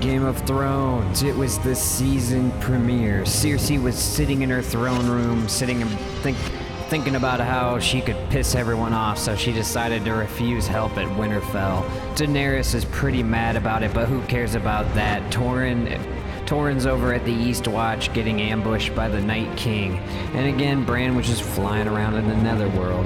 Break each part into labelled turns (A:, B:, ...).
A: Game of Thrones. It was the season premiere. Cersei was sitting in her throne room, sitting and think, thinking about how she could piss everyone off, so she decided to refuse help at Winterfell. Daenerys is pretty mad about it, but who cares about that? Torrin. Torrin's over at the East Watch getting ambushed by the Night King. And again, Bran was just flying around in the Netherworld.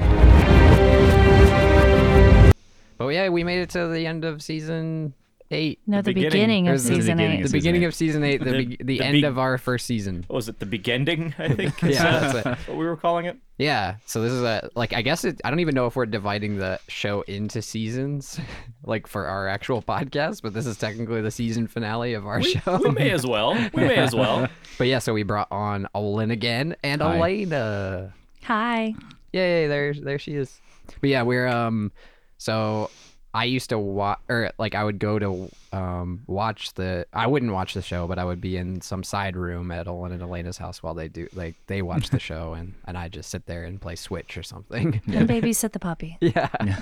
A: But yeah, we made it to the end of season eight.
B: No, the,
C: Beginning.
B: beginning, of
A: There's the
B: season
C: beginning
B: eight.
A: The
C: Season
A: beginning
C: eight.
A: of season eight, the,
C: The-
A: be- the
C: the
A: end
C: big-
A: of our first season.
C: What was it? The begending, I think. is
A: Yeah, that's it.
C: what we were calling it.
A: Yeah. So this is a like I guess it, I don't even know if we're dividing the show into seasons, like for our actual podcast, but this is technically the season finale of our
C: We,
A: show.
C: we may as well. We may as well.
A: But yeah, so we brought on Olin again and
D: Hi.
A: Elena.
B: Hi.
A: Yay! There, there she is. But yeah, we're um. So I used to watch, or like I would go to um watch the. I wouldn't watch the show, but I would be in some side room at Olin and Elena's house while they do like they watch the show, and and I just sit there and play Switch or something.
B: And babysit the puppy.
A: Yeah.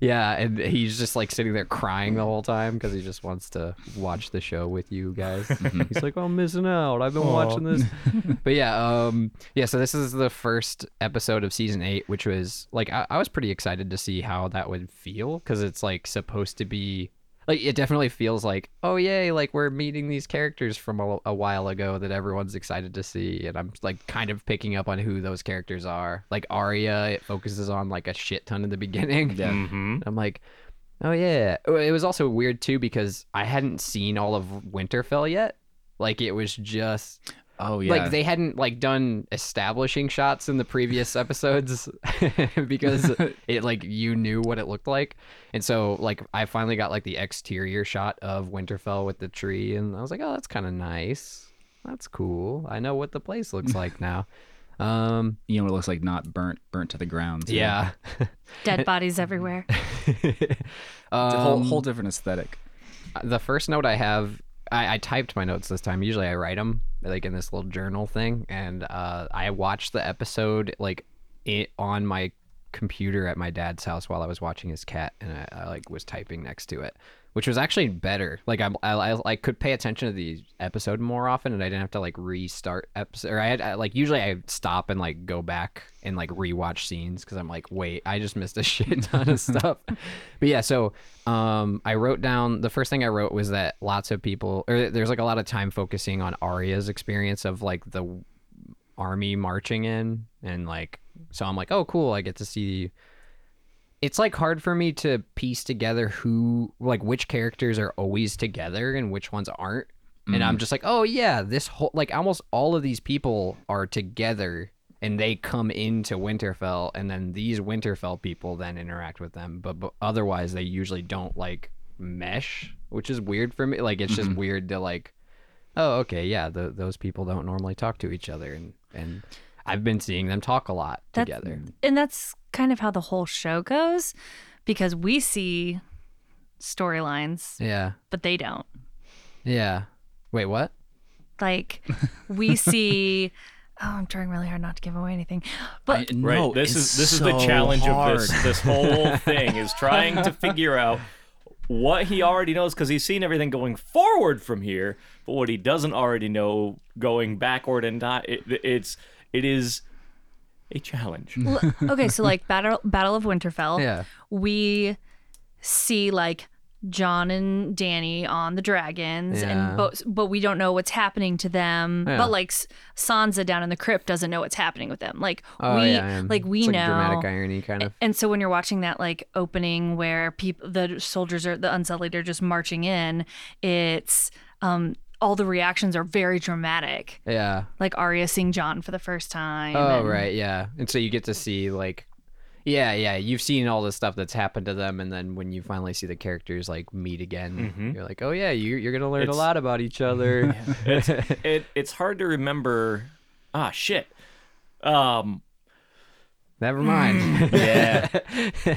A: yeah. And he's just like sitting there crying the whole time because he just wants to watch the show with you guys. He's like, I'm missing out. I've been watching this. but yeah. Um, yeah. So this is the first episode of season eight, which was like, I, I was pretty excited to see how that would feel because it's like supposed to be. Like it definitely feels like, oh yay! Like we're meeting these characters from a, a while ago that everyone's excited to see, and I'm like kind of picking up on who those characters are. Like Arya, it focuses on like a shit ton in the beginning.
D: Yeah.
C: Mm-hmm.
A: I'm like, oh yeah. Oh, It was also weird too because I hadn't seen all of Winterfell yet. Like it was just
D: Oh yeah.
A: like they hadn't like done establishing shots in the previous episodes because it like you knew what it looked like. And so like I finally got like the exterior shot of Winterfell with the tree and I was like, "Oh, that's kind of nice. That's cool. I know what the place looks like now." Um
D: you know what it looks like not burnt burnt to the ground. too.
A: yeah.
B: Dead bodies everywhere.
D: It's a whole
A: Um,
D: whole different aesthetic.
A: the first note I have, I, I typed my notes this time. Usually I write them like in this little journal thing, and uh, I watched the episode like it on my computer at my dad's house while I was watching his cat, and I, I like was typing next to it, which was actually better. Like I'm, I, I I could pay attention to the episode more often, and I didn't have to like restart episode. Or I had I, like usually I stop and like go back and like rewatch scenes because I'm like, wait, I just missed a shit ton of stuff. But yeah, so um, I wrote down the first thing I wrote was that lots of people, or there's like a lot of time focusing on Arya's experience of like the army marching in and like so i'm like oh cool i get to see it's like hard for me to piece together who like which characters are always together and which ones aren't and
E: Mm.
A: i'm just like oh yeah this whole like almost all of these people are together and they come into winterfell and then these winterfell people then interact with them but, but otherwise they usually don't like mesh which is weird for me like it's just weird to like oh okay yeah tho- those people don't normally talk to each other and and i've been seeing them talk a lot
B: That's-
A: together
B: And that's kind of how the whole show goes because we see storylines,
A: yeah
B: but they don't.
A: yeah wait what
B: Like, we see. Oh, I'm trying really hard not to give away anything. But
D: I-
C: Right.
D: no,
C: this
D: it's
C: is this is
D: so
C: the challenge
D: hard.
C: of this this whole thing is trying to figure out what he already knows because he's seen everything going forward from here, but what he doesn't already know going backward and not it, it's it is a challenge.
B: L- okay, so like Battle Battle of Winterfell.
A: Yeah.
B: We see like John and Danny on the dragons,
A: Yeah.
B: and but but we don't know what's happening to them.
A: Yeah.
B: But like S- Sansa down in the crypt doesn't know what's happening with them. Like
A: oh
B: we
A: yeah I am.
B: like we
A: It's
B: know.
A: dramatic irony kind of
B: and so when you're watching that like opening where people the soldiers are the unsullied are just marching in, it's um all the reactions are very dramatic.
A: yeah
B: Like Arya seeing John for the first time.
A: oh
B: and-
A: right yeah and so you get to see like yeah yeah you've seen all the stuff that's happened to them and then when you finally see the characters like meet again
C: Mhm.
A: you're like oh yeah you, you're gonna learn a
C: It's-
A: lot about each other
C: It it's hard to remember. Ah shit. Um,
A: never mind
D: Yeah.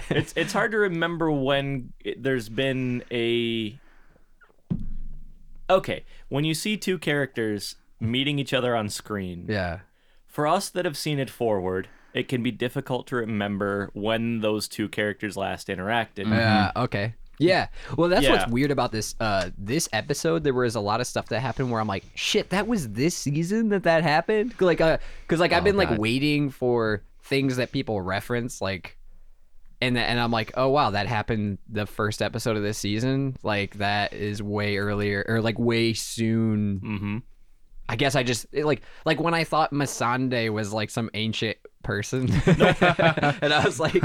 C: it's it's hard to remember when it- there's been a okay when you see two characters meeting each other on screen
A: yeah
C: for us that have seen it forward it can be difficult to remember when those two characters last interacted
D: Mm-hmm.
A: yeah Uh, okay Yeah. Well, that's
C: Yeah.
A: what's weird about this uh this episode. There was a lot of stuff that happened where I'm like, shit, that was this season that that happened. Like, uh, because like I've
D: Oh,
A: been
D: God.
A: like waiting for things that people reference, like, and and I'm like, oh wow, that happened the first episode of this season. Like that is way earlier or like way soon
C: Mm-hmm.
A: I guess I just it, like like when I thought Masande was like some ancient person, and I was like,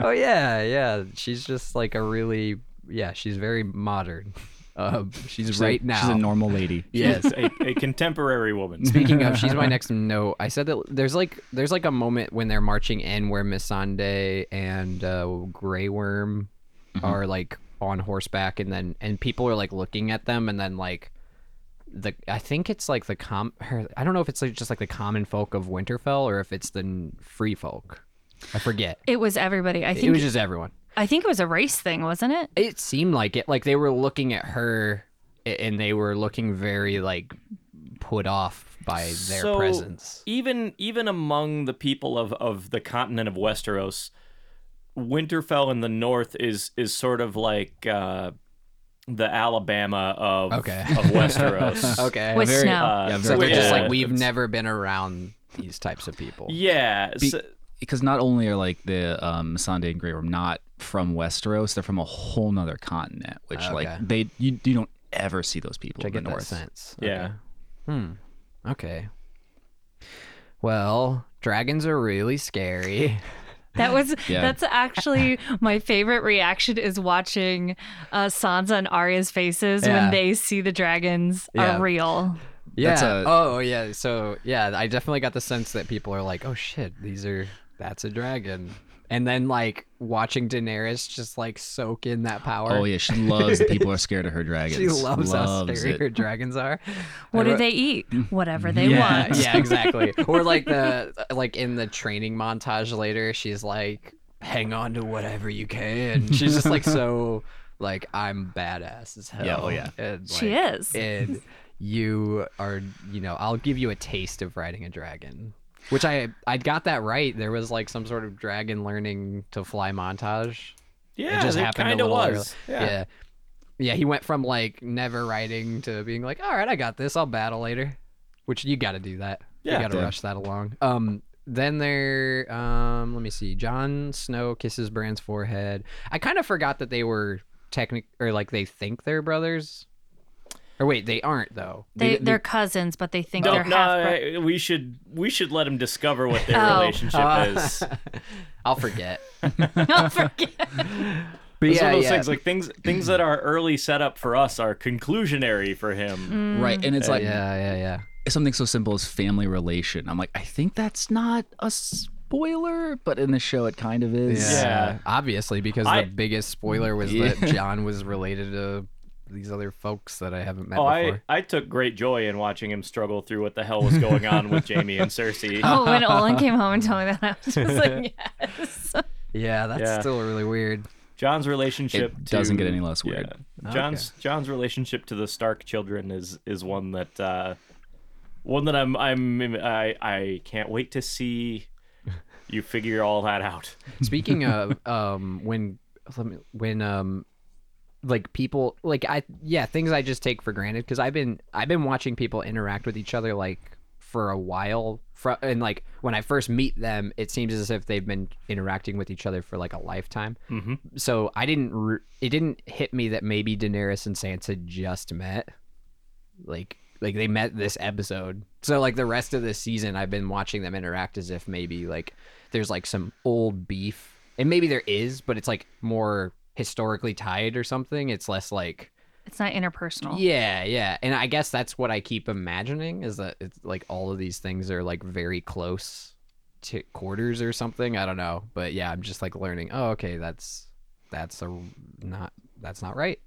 A: oh yeah, yeah, she's just like a really yeah, she's very modern. Uh, she's,
D: She's a-
A: right now.
D: She's a normal lady.
A: yes.
C: a, a contemporary woman.
A: Speaking of, she's my next note. I said that there's like there's like a moment when they're marching in where Missande and uh, Grey Worm
B: Mm-hmm.
A: are like on horseback, and then and people are like looking at them, and then like the I think it's like the com. Her, I don't know if it's like just like the common folk of Winterfell or if it's the n- free folk. I forget.
B: It was everybody. I think
A: It was just everyone.
B: I think it was a race thing, wasn't it?
A: It seemed like it. Like they were looking at her, a- and they were looking very like put off by their
C: So,
A: presence.
C: Even even among the people of, of the continent of Westeros, Winterfell in the north is is sort of like uh, the Alabama of
A: Okay.
C: of Westeros.
A: Okay.
B: With
A: very-
B: snow.
C: Uh,
D: Yeah,
A: So they're
D: very
A: just
C: yeah.
A: like we've never been around these types of people.
C: Yeah.
D: Be-
C: so-
D: because not only are like the um, Masande and Grey Worm not from Westeros, they're from a whole nother continent, which
A: Ah, Okay.
D: like they you, you don't ever see those people
A: I
D: in the
A: get that
D: north.
A: sense.
C: yeah.
A: Okay. Hmm. Okay. Well, dragons are really scary.
B: That was
D: Yeah.
B: that's actually my favorite reaction is watching uh, Sansa and Arya's faces
A: Yeah.
B: when they see the dragons
A: Yeah.
B: are real.
A: Yeah.
D: That's a-
A: Oh, yeah. So yeah, I definitely got the sense that people are like, "Oh shit, these are that's a dragon," and then like watching Daenerys just like soak in that power.
D: Oh yeah, she loves that people are scared of her dragons.
A: She loves, how
D: loves
A: scary her
D: it.
A: dragons are.
B: What
A: I
B: do
A: wrote-
B: they eat? Whatever they
D: Yeah.
B: want.
A: yeah, exactly. Or like the like in the training montage later, she's like, "Hang on to whatever you can." She's just like so like I'm badass as hell.
D: Yeah, oh, yeah.
A: And, like,
B: She is.
A: And you are, you know, I'll give you a taste of riding a dragon. Which I I got that right. There was like some sort of dragon learning to fly montage.
C: yeah.
A: it just
C: there
A: happened a
C: kinda
A: little
C: was.
A: early. Yeah. yeah. he went from like never riding to being like, "All right, I got this. I'll battle later." Which you got to do that.
C: Yeah.
A: you got to
D: Yeah.
A: rush that along. Um then there um let me see. Jon Snow kisses Bran's forehead. I kind of forgot that they were technic or like they think they're brothers. Or wait, they aren't though.
B: They, they're cousins, but they think
C: No,
B: they're half. bro-
C: no, we should we should let him discover what their
B: Oh.
C: relationship
A: Uh,
C: is.
A: I'll forget.
B: Don't forget.
A: But
C: It's one
A: yeah,
C: of those
A: yeah.
C: things like things things that are early setup for us are conclusionary for
B: Mm.
C: him.
D: Right, and it's like
A: Mm. yeah, yeah, yeah.
D: something so simple as family relation. I'm like, I think that's not a spoiler, but in the show it kind of is.
C: Yeah.
A: Obviously, because
C: I-
A: the biggest spoiler was
D: Yeah.
A: that John was related to these other folks that I haven't met
C: Oh, I,
A: before.
C: I took great joy in watching him struggle through what the hell was going on with Jamie and Cersei.
B: Oh, when Olin came home and told me that, I was just like, yes.
A: Yeah, that's
C: Yeah.
A: still really weird.
C: John's relationship
D: It
C: to,
D: doesn't get any less weird.
C: Yeah. John's John's relationship to the Stark children is is one that uh, one that I'm I'm I I can't wait to see you figure all that out.
A: Speaking of um when let me when um like people like I yeah, things I just take for granted cuz I've been I've been watching people interact with each other like for a while fro- and like when I first meet them, it seems as if they've been interacting with each other for like a lifetime.
D: Mm-hmm.
C: Mhm.
A: So I didn't re- it didn't hit me that maybe Daenerys and Sansa just met. Like like they met this episode. So like the rest of this season I've been watching them interact as if maybe like there's like some old beef. And maybe there is, but it's like more historically tied or something. It's less like
B: It's not
C: Oh.
B: interpersonal.
A: yeah, yeah. And I guess that's what I keep imagining is that it's like all of these things are like very close to quarters or something. I don't know. But yeah, I'm just like learning, oh okay, that's that's a not that's not right.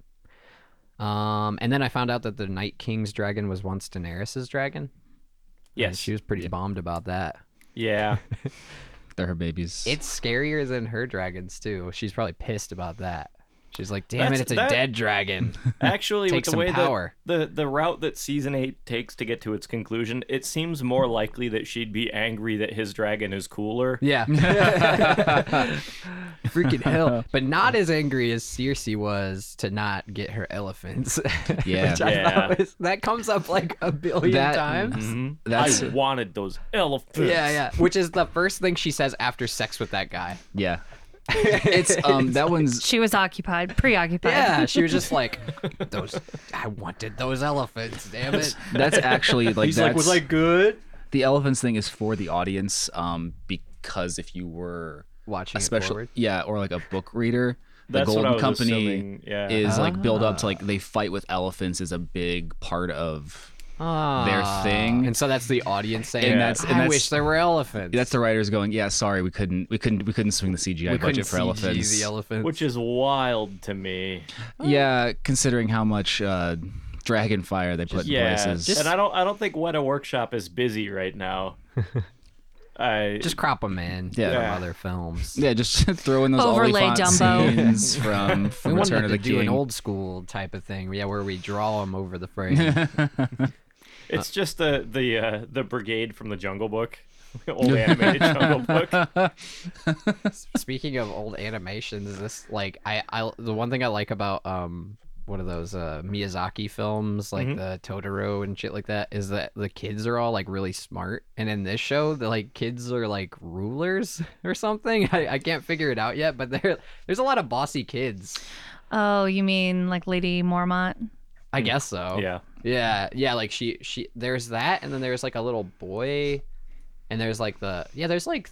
A: Um and then I found out that the Night King's dragon was once Daenerys's dragon. And
C: Yes.
A: she was pretty bummed about that.
C: yeah.
D: They're her babies.
A: It's scarier than her dragons too. She's probably pissed about that. She's like, damn
C: That's-
A: it, it's a
C: that-
A: dead dragon.
C: Actually,
A: Take
C: with the
A: some
C: way
A: power.
C: that the the route that season eight takes to get to its conclusion, it seems more likely that she'd be angry that his dragon is cooler.
A: yeah. freaking hell. But not as angry as Cersei was to not get her elephants.
D: Yeah.
A: Which I
C: Yeah.
A: thought was- that comes up like a billion
D: That-
A: times.
C: Mhm.
D: That's-
C: I wanted those elephants.
A: Yeah, yeah. Which is the first thing she says after sex with that guy.
D: Yeah. It's um that one's
B: She was occupied, preoccupied.
A: Yeah, uh, she was just like, those. I wanted those elephants. Damn it.
D: that's actually like
C: He's
D: that's,
C: like, was I good?
D: the elephants thing is for the audience um because if you were
A: Watching
D: a
A: it
D: special
A: forward.
D: yeah or like a book reader the
C: That's what
D: golden
C: I was
D: company
C: assuming, yeah.
D: is like build up to like
B: Ah.
D: they fight with elephants is a big part of
A: Ah.
D: thing.
A: and so that's the audience saying,
D: And that's- and
A: "I
D: that's-
A: wish there were elephants."
D: that's the writers going yeah sorry we couldn't we couldn't we couldn't swing the cgi
A: we couldn't
D: budget for
A: CG
D: elephants
A: The elephants.
C: Which is wild to me.
D: yeah considering how much uh dragonfire they put
C: Yeah,
D: in places
C: and I don't. I don't think Weta Workshop is busy right now. I
A: just crop them in
D: Yeah.
A: from other films.
D: yeah just throw in those
B: Overlay
D: Olifant
B: Dumbo.
D: scenes from,
A: We
D: from
A: wanted
D: return
A: to
D: of the
A: do
D: king
A: an old school type of thing, yeah, where we draw them over the frame. uh,
C: It's just the the uh, the brigade from the Jungle Book, old animated Jungle Book.
A: Speaking of old animations, this like I, I the one thing I like about um one of those uh Miyazaki films like the Totoro and shit like that is that the kids are all like really smart, and in this show the like kids are like rulers or something. I, I can't figure it out yet, but there there's a lot of bossy kids.
B: Oh, you mean like Lady Mormont?
A: I guess so.
C: Yeah.
A: Yeah, yeah, like she she there's that and then there's like a little boy and there's like the yeah, there's like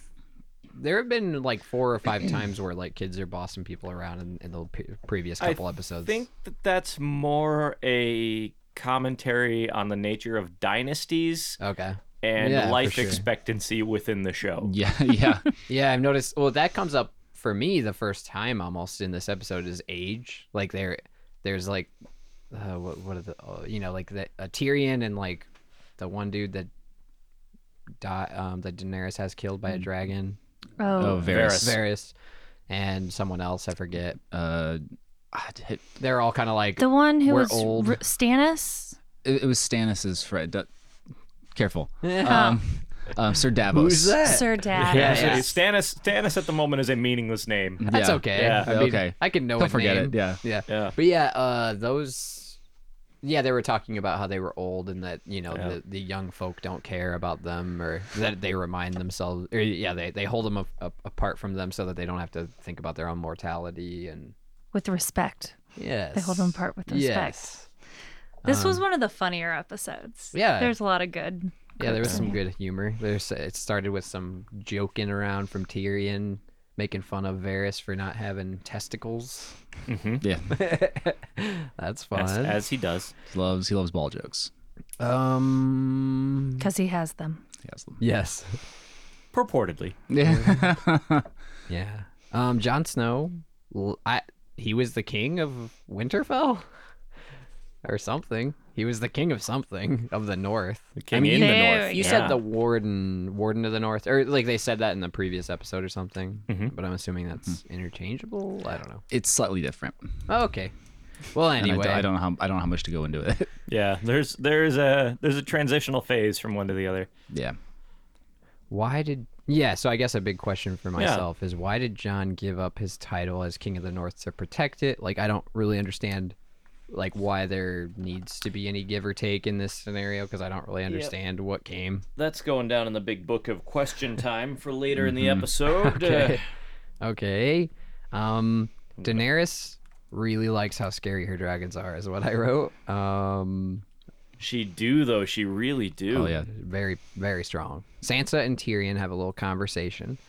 A: there have been like four or five times where like kids are bossing people around in, in the p- previous
C: I
A: couple episodes.
C: I think that that's more a commentary on the nature of dynasties
A: okay.
C: and
A: Yeah, for
C: life
A: sure.
C: expectancy within the show.
D: yeah yeah
A: Yeah, I've noticed well that comes up for me the first time almost in this episode is age. Like there there's like uh, what what are the oh, you know like the a Tyrion and like the one dude that di- um that Daenerys has killed by a
C: Mm-hmm.
A: dragon.
B: Oh,
D: oh Varys.
A: Varys and someone else I forget.
D: uh ah, it,
A: They're all kind of like
B: the one who
A: We're
B: was
A: old.
B: R- Stannis.
D: it was stannis's friend Du- careful
A: yeah,
D: um, um sir davos
B: Sir Dad.
A: Yeah,
C: So
A: yeah.
C: Stannis, Stannis at the moment is a meaningless name.
A: that's
D: Yeah.
A: okay.
C: Yeah.
A: I mean,
D: Okay.
A: I can know.
D: Don't
A: a
D: forget
A: name.
D: it, yeah.
A: yeah,
C: Yeah.
A: But yeah, uh, those. Yeah, they were talking about how they were old and that you know
C: Yeah.
A: the, the young folk don't care about them or that they remind themselves or yeah they, they hold them a, a- apart from them so that they don't have to think about their own mortality and
B: With respect.
A: yes
B: They hold them apart with respect.
A: Yes.
B: This was one of the funnier episodes.
A: Yeah.
B: There's a lot of good.
A: Yeah, there was some good humor. There's it started with some joking around from Tyrion, making fun of Varys for not having testicles.
D: yeah
A: That's fun.
C: As, as he does.
D: He loves he loves ball jokes.
A: um.
B: Because he has them.
D: He has them.
A: Yes.
C: Purportedly.
D: Yeah.
A: Yeah. Um. Jon Snow. l- I. He was the king of Winterfell, or something. He was the king of something of the North.
C: The king
A: mean,
C: in the
B: there
C: north.
B: we
A: You
B: go.
A: said the warden, warden of the North, or like they said that in the previous episode or something.
D: Mm-hmm.
A: But I'm assuming that's
D: Hmm.
A: interchangeable. I don't know.
D: it's slightly different.
A: Oh, okay. Well,
D: And I
A: anyway,
D: d- I, don't know how I don't know how much to go into it.
C: Yeah. There's there's a there's a transitional phase from one to the other.
D: yeah.
A: why did yeah? So I guess a big question for myself is why did John give up his title as King of the North to protect it? Like I don't really understand like why there needs to be any give or take in this scenario because I don't really understand what came.
C: That's going down in the big book of question time for later in the episode. Uh,
A: Okay. okay. Um, Daenerys really likes how scary her dragons are, is what I wrote. Um,
C: she do though. She really do.
D: Oh yeah.
A: very very strong. Sansa and Tyrion have a little conversation.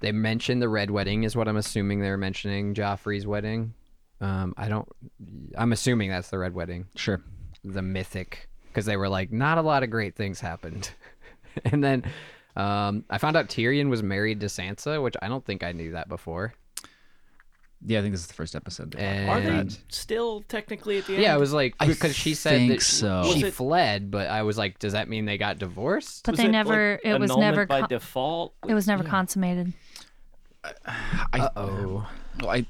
A: They mention the red wedding is what I'm assuming they're mentioning Joffrey's wedding. Um, I don't. I'm assuming that's the red wedding,
D: Sure.
A: the mythic, because they were like, not a lot of great things happened. and then um, I found out Tyrion was married to Sansa, which I don't think I knew that before.
D: Yeah, I think this is the first episode.
A: And
C: Are they still technically at the end?
A: yeah, it was like
D: I
A: because she said
D: think
A: that she-
D: so.
C: Was
A: she
C: it-
A: fled, but I was like, does that mean they got divorced?
B: But
C: Was
B: they
C: it,
B: never,
C: like,
B: it was
C: annulment
B: never,
C: by
B: con-
C: default.
B: it was never consummated.
D: I,
A: Oh,
D: well, I,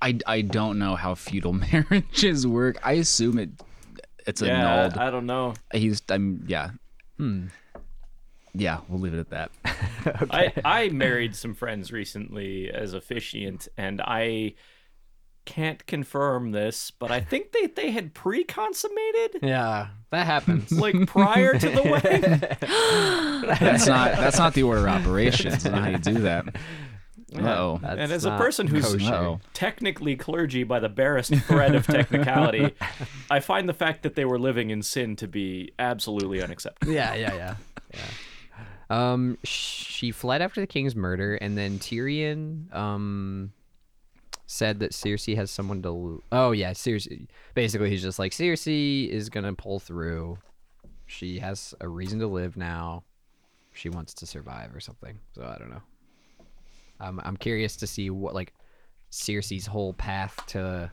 D: I I don't know how feudal marriages work. I assume it it's
C: yeah,
D: annulled.
C: I don't know.
D: He's I'm yeah. yeah, we'll leave it at that.
C: I, I married some friends recently as officiant, and I can't confirm this, but I think they, they had pre consummated
A: Yeah, that happens.
C: like prior to the wedding.
D: That's not that's not the order of operations. That's not how you do that. Uh-oh.
A: That's
C: and as a
A: not
C: person who's
A: kosher.
D: Uh-oh.
C: technically clergy by the barest thread of technicality, I find the fact that they were living in sin to be absolutely unacceptable.
A: yeah, yeah, yeah, yeah. Um, she fled after the king's murder, and then Tyrion um said that Cersei has someone to. Lo- oh yeah, Cersei. Basically, he's just like Cersei is gonna pull through. She has a reason to live now. She wants to survive or something. So I don't know. I'm I'm curious to see what like Cersei's whole path to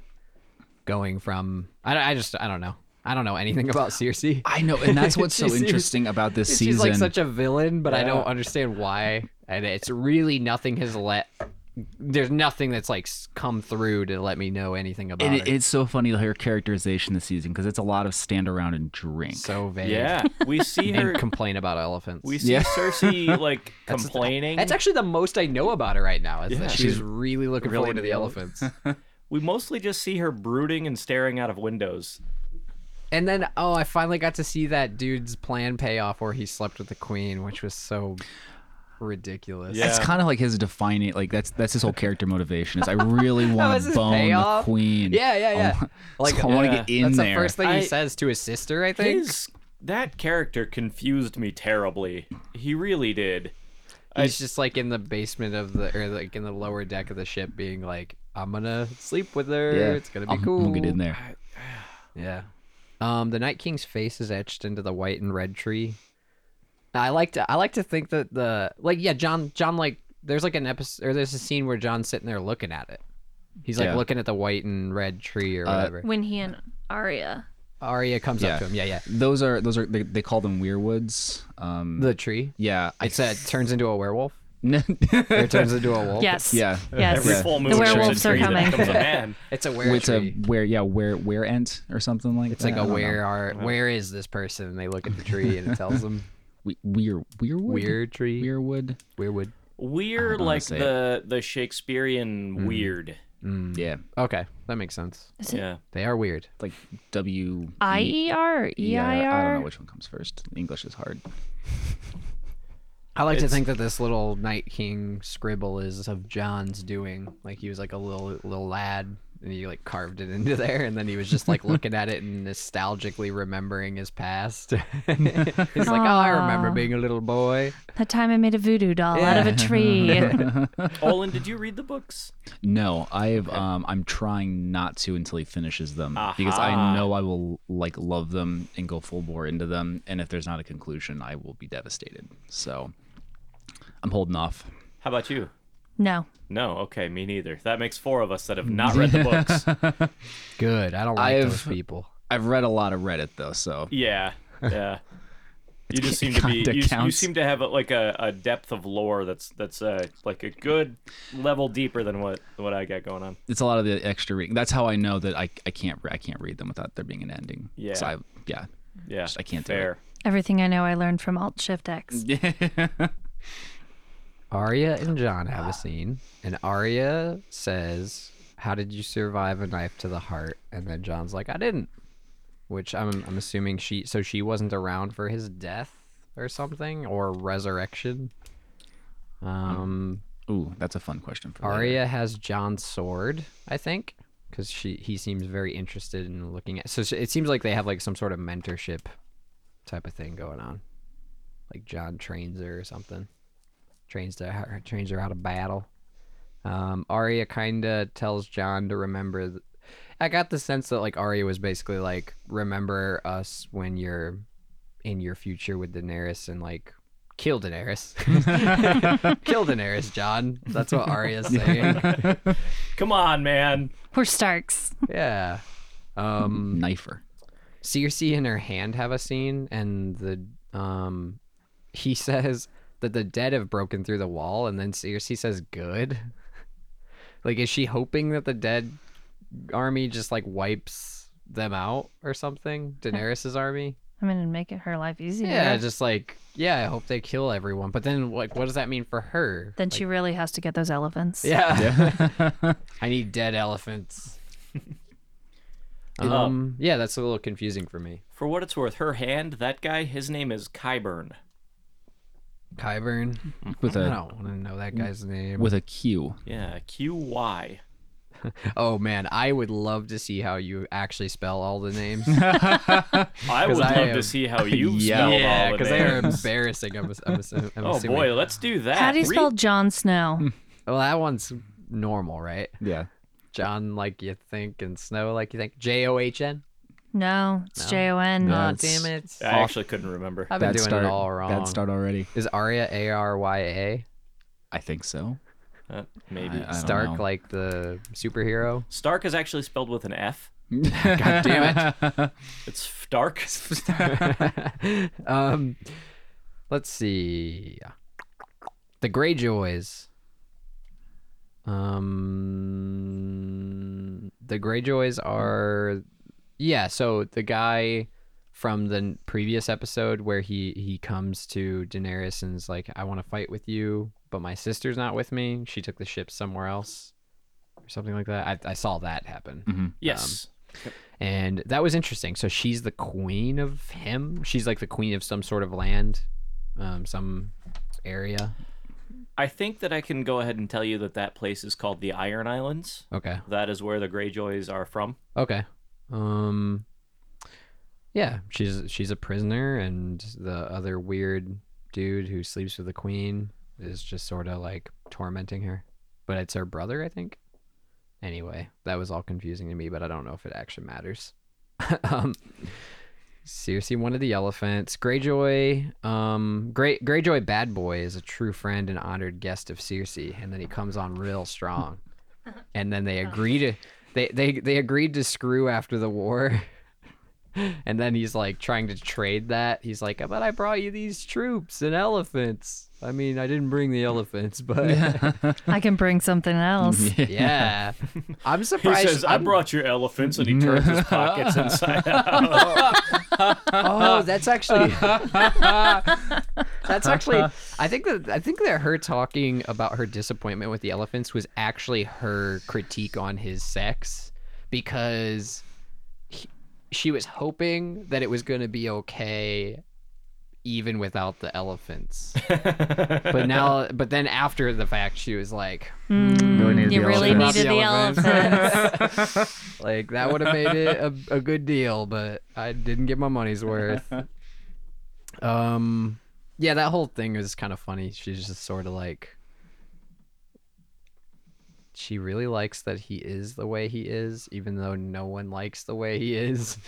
A: going from. I, I just I don't know. I don't know anything about Cersei.
D: I know, and that's what's so
A: She seems-
D: interesting about this
A: She's
D: season.
A: like such a villain, but I don't
C: Yeah.
A: understand why. And it's really nothing has let. There's nothing that's like s- come through to let me know anything about
D: and it,
A: it.
D: it's so funny her characterization this season because it's a lot of stand around and drink.
A: so vague.
C: Yeah, we see her.
A: And complain about elephants.
C: We see
D: Yeah.
C: Cersei like complaining.
A: that's actually the most I know about her right now. Is
C: Yeah.
A: that she's really looking forward to the elephants.
C: we mostly just see her brooding and staring out of windows.
A: and then, oh, I finally got to see that dude's plan payoff where he slept with the queen, which was so ridiculous.
C: Yeah.
D: It's kind of like his defining, like that's that's his whole character motivation. Is I really want
A: was
D: to
A: his
D: bone
A: payoff?
D: the queen.
A: Yeah, yeah, yeah.
D: like
A: Like,
D: I want to
C: yeah.
D: get in
A: That's the
D: there.
A: first thing
C: I-
A: he says to his sister, I think.
C: His that character confused me terribly. He really did.
A: He's just like in the basement of the or like in the lower deck of the ship, being like, "I'm gonna sleep with her. It's gonna be
D: I'll-
A: cool."
D: I'll get in there.
A: Yeah. Um, the Night King's face is etched into the white and red tree. I like to I like to think that the like yeah John John like there's like an episode or there's a scene where John's sitting there looking at it. He's like
D: Yeah.
A: looking at the white and red tree or
D: Uh,
A: whatever.
B: when he and Arya.
A: Arya comes
D: Yeah.
A: up to him. Yeah, yeah.
D: Those are those are they, they call them weirwoods. Um,
A: The tree.
D: yeah, I
A: It's a turns into a werewolf.
D: it's
A: It turns into a wolf.
B: Yes.
D: Yeah.
B: Yes.
C: Every
D: Yeah.
C: full moon,
B: The
C: there's a
B: werewolves are
C: tree that
B: coming.
C: becomes a man.
A: It's a were
D: a
A: tree.
D: where yeah where where ant or something like
A: It's
D: that.
A: like a
D: I don't know.
A: where are where is this person? And they look at the tree and it tells them
D: we, weir weirwood
A: weird tree, weird,
D: weirwood
A: weirwood.
C: Weird,
D: wanna
C: like
D: say Hmm.
C: the the Shakespearean weird. Mm.
D: yeah
A: Okay, that makes sense.
B: Is it
C: Yeah.
A: They are weird.
D: like W
B: I E R E
D: Yeah,
B: I
D: I don't know
B: R?
D: which one comes first. English is hard.
A: I like
C: It's-
A: to think that this little Night King scribble is of John's doing. Like he was like a little little lad, and he like carved it into there, and then he was just like looking at it and nostalgically remembering his past. He's like, oh, I remember
B: Aw.
A: being a little boy.
B: That time I made a voodoo doll out of a tree.
C: Olin, did you read the books?
D: No, I've um I'm trying not to until he finishes them because
C: Aha.
D: I know I will like love them and go full bore into them and if there's not a conclusion I will be devastated. So I'm holding off.
C: How about you?
B: no.
C: No, okay, me neither. That makes four of us that have not read the books.
A: Good. I don't like
D: I've-
A: those people.
D: I've read a lot of Reddit though, so
C: Yeah, yeah. You just seem to be
D: kinda
C: you, you
D: counts.
C: seem to have a, like a, a depth of lore that's that's uh, like a good level deeper than what what I got going on.
D: it's a lot of the extra reading. That's how I know that I I can't re- I can't read them without there being an ending.
C: Yeah.
D: So I yeah.
C: Yeah,
D: Just- I can't do it.
C: fair.
B: Everything I know I learned from Alt Shift
D: Mm.
B: X.
A: Arya and John have a scene, and Arya says, "How did you survive a knife to the heart?" And then John's like, "I didn't," which I'm I'm assuming she so she wasn't around for his death or something or resurrection. Um,
D: Ooh, that's a fun question for later.
A: Arya has John's sword, I think, because she he seems very interested in looking at. So s- it seems like they have like some sort of mentorship type of thing going on. Like John trains her or something, trains to her, trains her how to battle. Um, Arya kind of tells John to remember. Th- I got the sense that like Arya was basically like, remember us when you're in your future with Daenerys and like kill Daenerys, kill Daenerys, John. That's what Arya's saying.
C: Come on, man.
B: We're Starks.
A: Yeah. Um
D: Knifer.
A: Cersei and her hand have a scene and the um he says that the dead have broken through the wall and then Cersei says good. Like is she hoping that the dead army just like wipes them out or something? Daenerys's army?
B: I mean, it'd make it her life easier.
A: Yeah, just like yeah, I hope they kill everyone. But then, like, what does that mean for her?
B: Then she really has to get those elephants.
A: Yeah. I need dead elephants. um, yeah, that's a little confusing for me.
C: For what it's worth, her hand, that guy, his name is Kyburn.
A: Kyburn.
D: with
A: I
D: a
A: don't want to know that guy's name.
D: with a Q.
C: Yeah, Q Y.
A: oh man, I would love to see how you actually spell all the names.
C: I would
A: 'Cause I
C: love
A: am-
C: to see how you
D: Yeah.
C: spelled all
A: yeah,
C: the
A: because they are
C: names.
A: embarrassing. I'm, ass- I'm, assu- I'm
C: Oh
A: assuming.
C: boy, let's do that.
B: How do you
C: Read-
B: spell Jon Snow?
A: Well, that one's normal, right?
D: Yeah.
A: John, like you think, and Snow, like you think. J O H N.
B: No, it's J O N.
D: No.
A: Oh,
D: That's-
A: damn it!
C: I actually couldn't remember.
A: I've been
D: Bad
A: doing
D: start.
A: it all wrong.
D: Bad start already.
A: Is Arya A R Y A?
D: I think so.
C: Uh, maybe.
D: I- I- don't
A: Stark
D: know.
A: like the superhero?
C: Stark is actually spelled with an F.
A: God damn it!
C: It's Stark.
A: um, let's see. The Greyjoys. Um, the Greyjoys are, yeah. So the guy from the n- previous episode where he he comes to Daenerys and is like, "I want to fight with you, but my sister's not with me. She took the ship somewhere else." Or something like that. I, I saw that happen
C: Yes.
A: and that was interesting. So she's the queen of him. She's like the queen of some sort of land, um, some area.
C: I think that I can go ahead and tell you that that place is called the Iron Islands.
A: Okay,
C: That is where the Greyjoys are from.
A: okay. Um, yeah, she's she's a prisoner, and the other weird dude who sleeps with the queen is just sort of like tormenting her. But it's her brother, I think. Anyway, that was all confusing to me, but I don't know if it actually matters. um, Cersei wanted the elephants. Greyjoy, um, Great Greyjoy bad boy is a true friend and honored guest of Cersei, and then he comes on real strong, and then they agree to they they they agreed to screw after the war. And then he's like trying to trade that. He's like, "But I brought you these troops and elephants. I mean, I didn't bring the elephants, but
B: I can bring something else.
A: yeah, I'm
C: He
A: surprised."
C: says, i
A: I'm-
C: brought you elephants," and he turns his pockets inside out.
A: Oh, that's actually that's actually. I think that I think that her talking about her disappointment with the elephants was actually her critique on his sex because he- she was hoping that it was going to be okay even without the elephants. but now, but then after the fact, she was like, Mm.
D: Really needed
B: you
D: the
B: really
D: elephants.
B: needed the
A: Elephants.
B: elephants.
A: like that would have made it a, a good deal, but I didn't get my money's worth. Um, yeah, that whole thing is kind of funny. She's just sort of like, she really likes that he is the way he is, even though no one likes the way he is.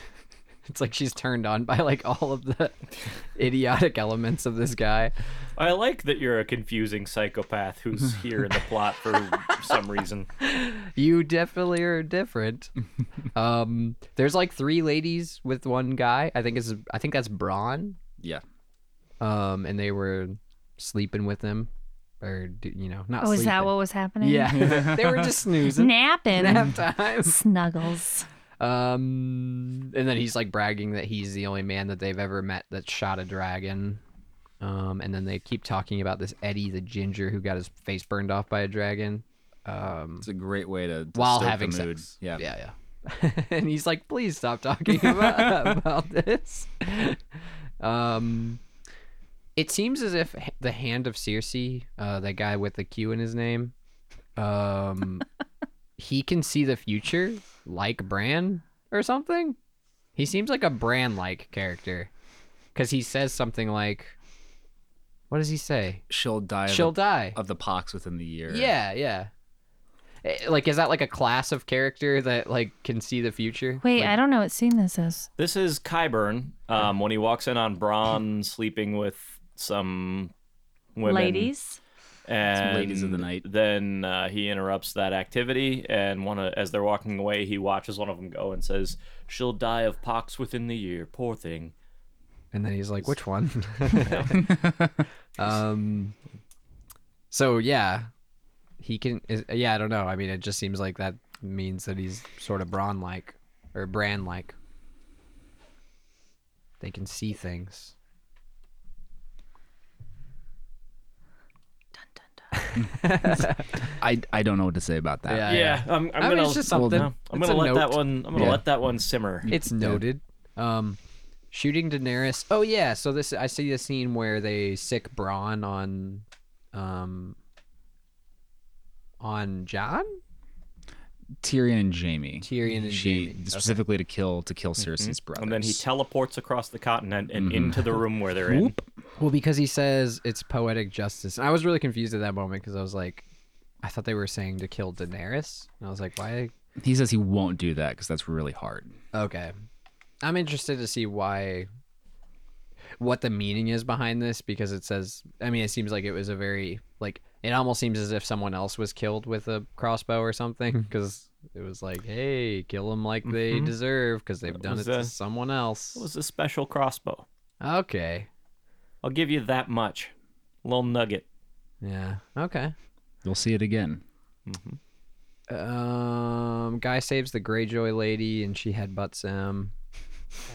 A: It's like she's turned on by like all of the idiotic elements of this guy.
C: I like that you're a confusing psychopath who's here in the plot for some reason.
A: you definitely are different. um, there's like three ladies with one guy. I think it's I think that's Braun.
D: Yeah.
A: Um, and they were sleeping with him, or d- you know, not.
B: oh, is that
A: sleeping.
B: what was happening?
A: Yeah, they were just snoozing.
B: Napping.
A: Nap time.
B: Snuggles.
A: Um, and then he's like bragging that he's the only man that they've ever met that shot a dragon. Um, and then they keep talking about this Eddie the ginger who got his face burned off by a dragon. Um,
D: It's a great way to
A: while
D: stoke the
A: having
D: mood.
A: sex.
D: Yeah.
A: yeah, yeah. and he's like, "Please stop talking about, about this." um, it seems as if h- the hand of Circe, uh, that guy with the Q in his name, um, he can see the future like Bran or something. He seems like a Bran-like character because he says something like, "What does he say?
D: She'll die.
A: She'll
D: of,
A: die."
D: of the pox within the year.
A: Yeah, yeah. Eh, Like, is that like a class of character that like can see the future?
B: Wait,
A: Like-
B: I don't know what scene this is.
C: This is Kyburn um, when he walks in on Braun sleeping with some women.
B: Ladies.
C: and
D: ladies of the night.
C: Then uh, he interrupts that activity, and one of, as they're walking away, he watches one of them go and says, "She'll die of pox within the year, poor thing."
A: And then he's like, which one? um. So yeah, he can. Is, yeah, I don't know. I mean, it just seems like that means that he's sort of Braun like or Bran like. They can see things.
D: I I don't know what to say about that.
A: Yeah.
C: yeah, I'm, I'm
A: I mean,
C: gonna
A: it's just
D: well,
A: something.
D: no.
C: I'm
A: It's
C: gonna
A: a
C: let that
A: note.
C: one. I'm gonna
D: Yeah.
C: let that one simmer.
A: It's noted. Um, shooting Daenerys. Oh yeah. So this I see the scene where they sick Braun on, um, on John
D: Tyrion and Jamie.
A: Tyrion and
D: she
A: Jaime. Mm-hmm.
D: specifically to kill to kill Cersei's brother.
C: and then he teleports across the continent and
D: Mm-hmm.
C: into the room where they're in.
A: Well, because he says it's poetic justice. And I was really confused at that moment because I was like, I thought they were saying to kill Daenerys, and I was like, why?
D: he says he won't do that because that's really hard.
A: Okay. I'm interested to see why what the meaning is behind this because it says I mean it seems like it was a very like it almost seems as if someone else was killed with a crossbow or something because it was like hey kill them like they deserve because they've done
C: was
A: it to
C: a-
A: someone else.
C: It was a special crossbow.
A: Okay.
C: I'll give you that much. Little nugget.
A: Yeah. Okay.
D: You'll see it again.
A: Um guy saves the Greyjoy lady and she headbutts him.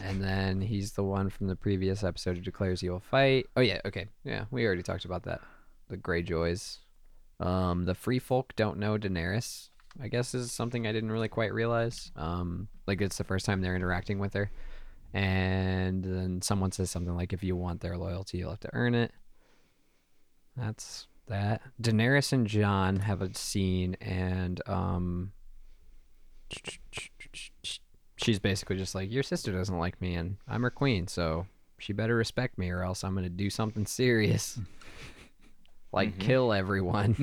A: And then he's the one from the previous episode who declares he will fight. Oh yeah, okay. Yeah, we already talked about that. The Greyjoys. Um the free folk don't know Daenerys. I guess is something I didn't really quite realize. Um like it's the first time they're interacting with her. And then someone says something like if you want their loyalty, you'll have to earn it. That's that. Daenerys and John have a scene, and um, she's basically just like, "Your sister doesn't like me, and I'm her queen, so she better respect me, or else I'm gonna do something serious, like kill everyone."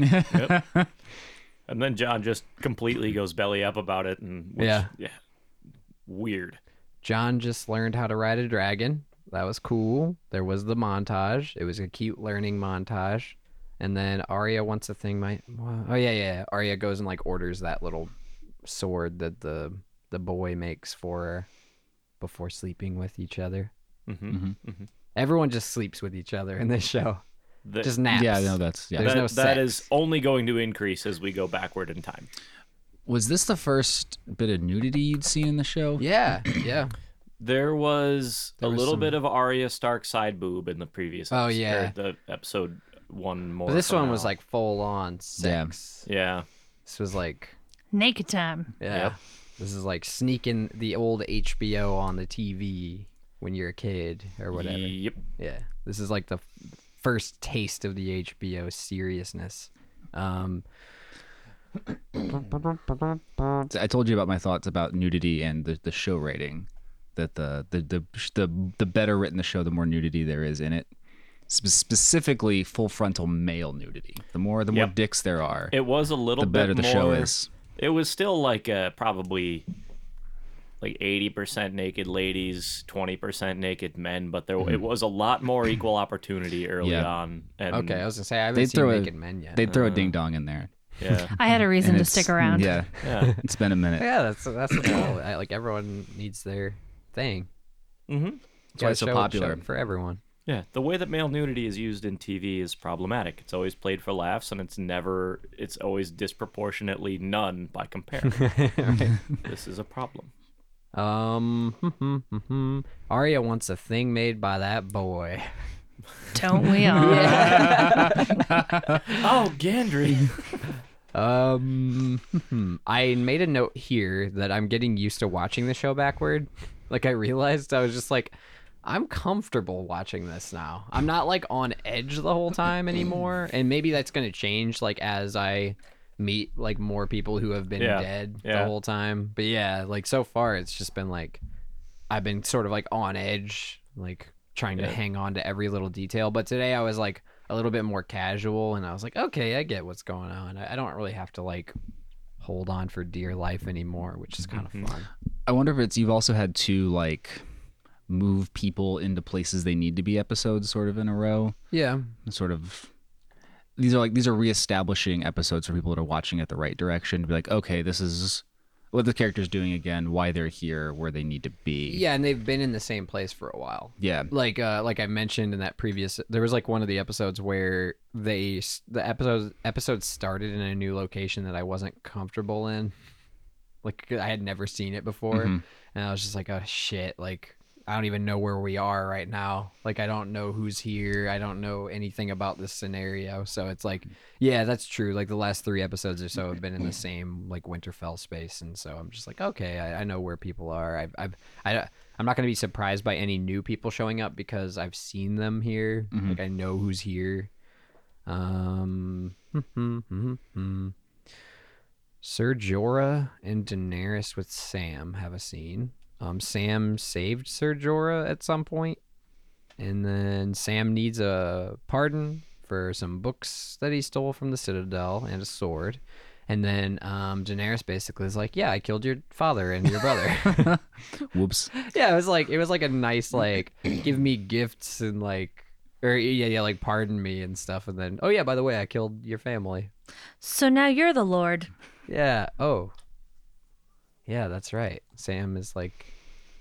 C: And then John just completely goes belly up about it. And which,
A: Yeah.
C: yeah, weird.
A: John just learned how to ride a dragon. That was cool. There was the montage. It was a cute learning montage. And then Arya wants a thing. My oh yeah yeah. Arya goes and like orders that little sword that the the boy makes for her before sleeping with each other.
C: Mm-hmm.
A: Everyone just sleeps with each other in this show.
C: The,
A: Just naps.
D: Yeah, no, that's yeah.
A: There's
C: that-
A: no
C: that
A: sex.
C: is only going to increase as we go backward in time.
D: Was this the first bit of nudity you'd seen in the show?
A: yeah yeah.
C: There was
A: There
C: a
A: was
C: little
A: some-
C: bit of Arya Stark side boob in the previous.
A: Oh,
C: episode,
A: yeah.
C: the episode one more.
A: But this one
C: from
A: was
C: now.
A: like full on sex.
C: yeah,
A: This was like
B: Naked time.
A: Yeah.
C: Yep.
A: This is like sneaking the old HBO on the TV when you're a kid or whatever. Yeah.
C: Yep.
A: This is like the f- first taste of the HBO seriousness. Um,
D: I told you about my thoughts about nudity and the, the show rating. That the the, the the the better written the show, the more nudity there is in it. Spe- specifically, full frontal male nudity. The more the more
C: Yep.
D: dicks there are,
C: It was a little
D: the better
C: bit
D: the
C: more,
D: show is.
C: It was still like uh, probably like eighty percent naked ladies, twenty percent naked men, but there
A: Mm-hmm.
C: it was a lot more equal opportunity early
D: Yeah.
C: on. And,
A: okay, I was gonna say I haven't
D: They
A: seen
D: throw a-
A: Naked Men yet.
D: They'd throw
C: uh,
D: a ding dong in there.
C: Yeah.
B: I had a reason
D: and
B: to
D: it's-
B: stick around.
D: Yeah,
C: Yeah.
D: it's been a minute.
A: yeah, that's that's the goal. I, like everyone needs their thing.
C: hmm
A: That's
D: why it's so popular.
A: for everyone.
C: Yeah, the way that male nudity is used in TV is problematic. It's always played for laughs, and it's never, it's always disproportionately none by comparison. This is a problem.
A: Um, Arya wants a thing made by that boy.
B: Don't we all?
C: Oh, Gandry.
A: Um, hmm. I made a note here that I'm getting used to watching the show backward. Like I realized I was just like, I'm comfortable watching this now. I'm not like on edge the whole time anymore, and maybe that's gonna change like as I meet like more people who have been
C: Yeah.
A: dead the
C: Yeah.
A: whole time. But yeah, like so far it's just been like I've been sort of like on edge, like trying to hang on to every little detail. But today I was like a little bit more casual and I was like, okay, I get what's going on. I I don't really have to like hold on for dear life anymore, which is kind of fun.
D: I wonder if it's you've also had two like move people into places they need to be episodes sort of in a row.
A: Yeah.
D: Sort of these are like these are reestablishing episodes for people that are watching it the right direction to be like, okay, this is what the character's doing again, why they're here, where they need to be.
A: Yeah, and they've been in the same place for a while.
D: Yeah.
A: like uh like i mentioned in that previous there was like one of the episodes where they s- the episode episode started in a new location that i wasn't comfortable in like i had never seen it before and i was just like oh shit like I don't even know where we are right now. Like I don't know who's here. I don't know anything about this scenario. So it's like, yeah, that's true. Like the last three episodes or so have been in the same like Winterfell space, and so I'm just like, okay, I, I know where people are. I've, I've I. I'm not going to be surprised by any new people showing up because I've seen them here. Like I know who's here. Um, hmm. Sir Jorah and Daenerys with Sam have a scene. Um, Sam saved Sir Jorah at some point, and then Sam needs a pardon for some books that he stole from the Citadel and a sword. And then um, Daenerys basically is like, "Yeah, I killed your father and your brother."
D: Whoops.
A: yeah, it was like it was like a nice
D: Mm.
A: like give me gifts and like or yeah yeah like pardon me and stuff and then oh yeah by the way I killed your family
B: So now you're the Lord.
A: yeah oh yeah that's right Sam is like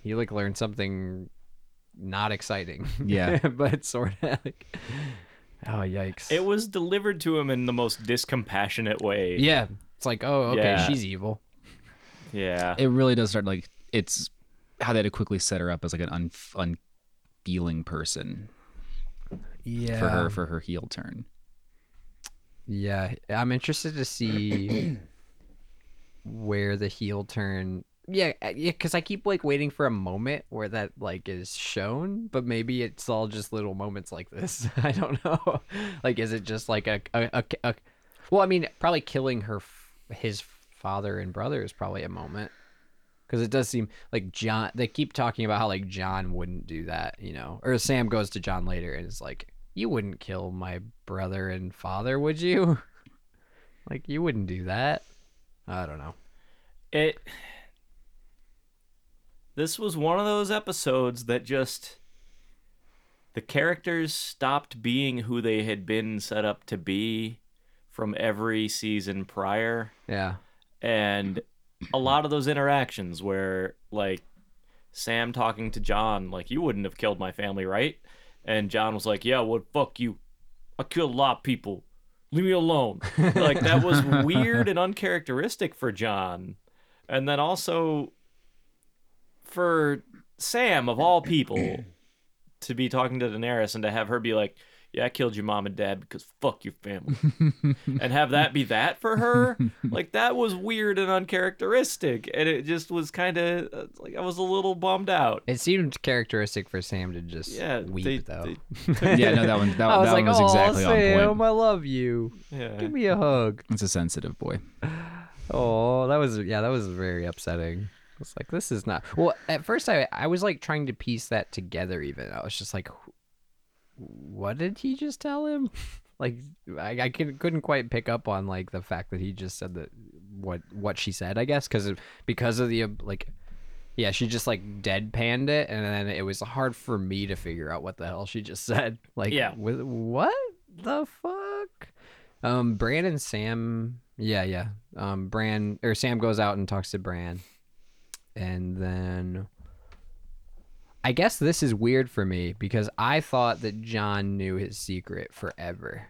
A: he like learned something not exciting
D: Yeah.
A: but sort of like oh yikes
C: It was delivered to him in the most discompassionate way.
A: yeah it's like oh okay
C: Yeah.
A: she's evil
C: Yeah.
D: It really does start like it's how they had to quickly set her up as like an un- unfeeling person
A: yeah
D: for her for her heel turn.
A: Yeah, I'm interested to see where the heel turn. Yeah, uh, yeah, because I keep like waiting for a moment where that like is shown, but maybe it's all just little moments like this. I don't know. Like, is it just like a a, a, a well, I mean, probably killing her, f- his father and brother is probably a moment. Because it does seem like John, they keep talking about how like John wouldn't do that, you know, or Sam goes to John later and is like, "You wouldn't kill my brother and father, would you? like, you wouldn't do that." I don't know.
C: it this was one of those episodes that just the characters stopped being who they had been set up to be from every season prior
A: Yeah,
C: and a lot of those interactions where like Sam talking to John like you wouldn't have killed my family right and John was like yeah what fuck you I killed a lot of people leave me alone like that was weird and uncharacteristic for John and then also for Sam of all people to be talking to Daenerys and to have her be like yeah I killed your mom and dad because fuck your family and have that be that for her like that was weird and uncharacteristic and it just was kind of like i was a little bummed out
A: it seemed characteristic for Sam to just
C: yeah
A: weep
C: they-
A: though.
C: they-
D: Yeah, no, that one that,
A: I was
D: that
A: like,
D: one was
A: "Oh,
D: exactly
A: Sam,
D: on point.
A: I love you.
C: yeah
A: Give me a hug."
D: It's a sensitive boy.
A: Oh, that was yeah, that was very upsetting. I was like, this is not well. At first, I I was like trying to piece that together. Even I was just like, wh- what did he just tell him? Like, I, I couldn't couldn't quite pick up on like the fact that he just said that what what she said. I guess because because of the um, like, yeah, she just like deadpanned it, and then it was hard for me to figure out what the hell she just said. Like,
C: Yeah.
A: with what the fuck? Um, Bran and Sam. Yeah, yeah. Um, Bran or Sam goes out and talks to Bran, and then I guess this is weird for me because I thought that John knew his secret forever.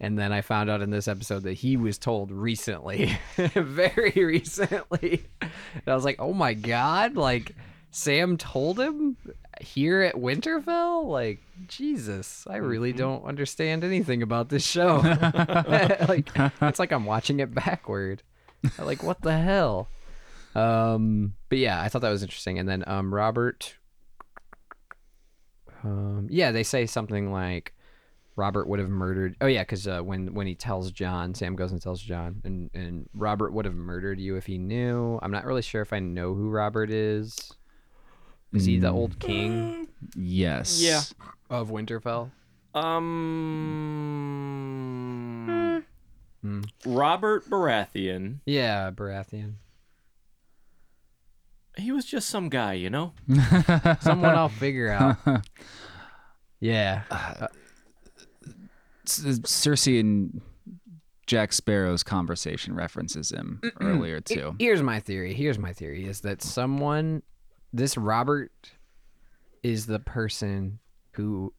A: And then I found out in this episode that he was told recently, very recently. And I was like, oh my God, like Sam told him here at Winterfell? Like, Jesus, I really don't understand anything about this show. like, it's like I'm watching it backward. I'm like, what the hell? Um, but yeah, I thought that was interesting. And then um, Robert, um, yeah, they say something like Robert would have murdered. Oh yeah, because uh, when when he tells John, Sam goes and tells John, and and Robert would have murdered you if he knew. I'm not really sure if I know who Robert is. Is he the old king
D: Yes.
C: Yeah.
A: of Winterfell?
C: um
A: Hmm.
C: robert baratheon
A: Yeah, Baratheon.
C: he was just some guy you know
A: Someone I'll figure out. Yeah.
D: S- Cersei and Jack Sparrow's conversation references him earlier too.
A: Here's my theory. Here's my theory is that someone, this Robert, is the person who,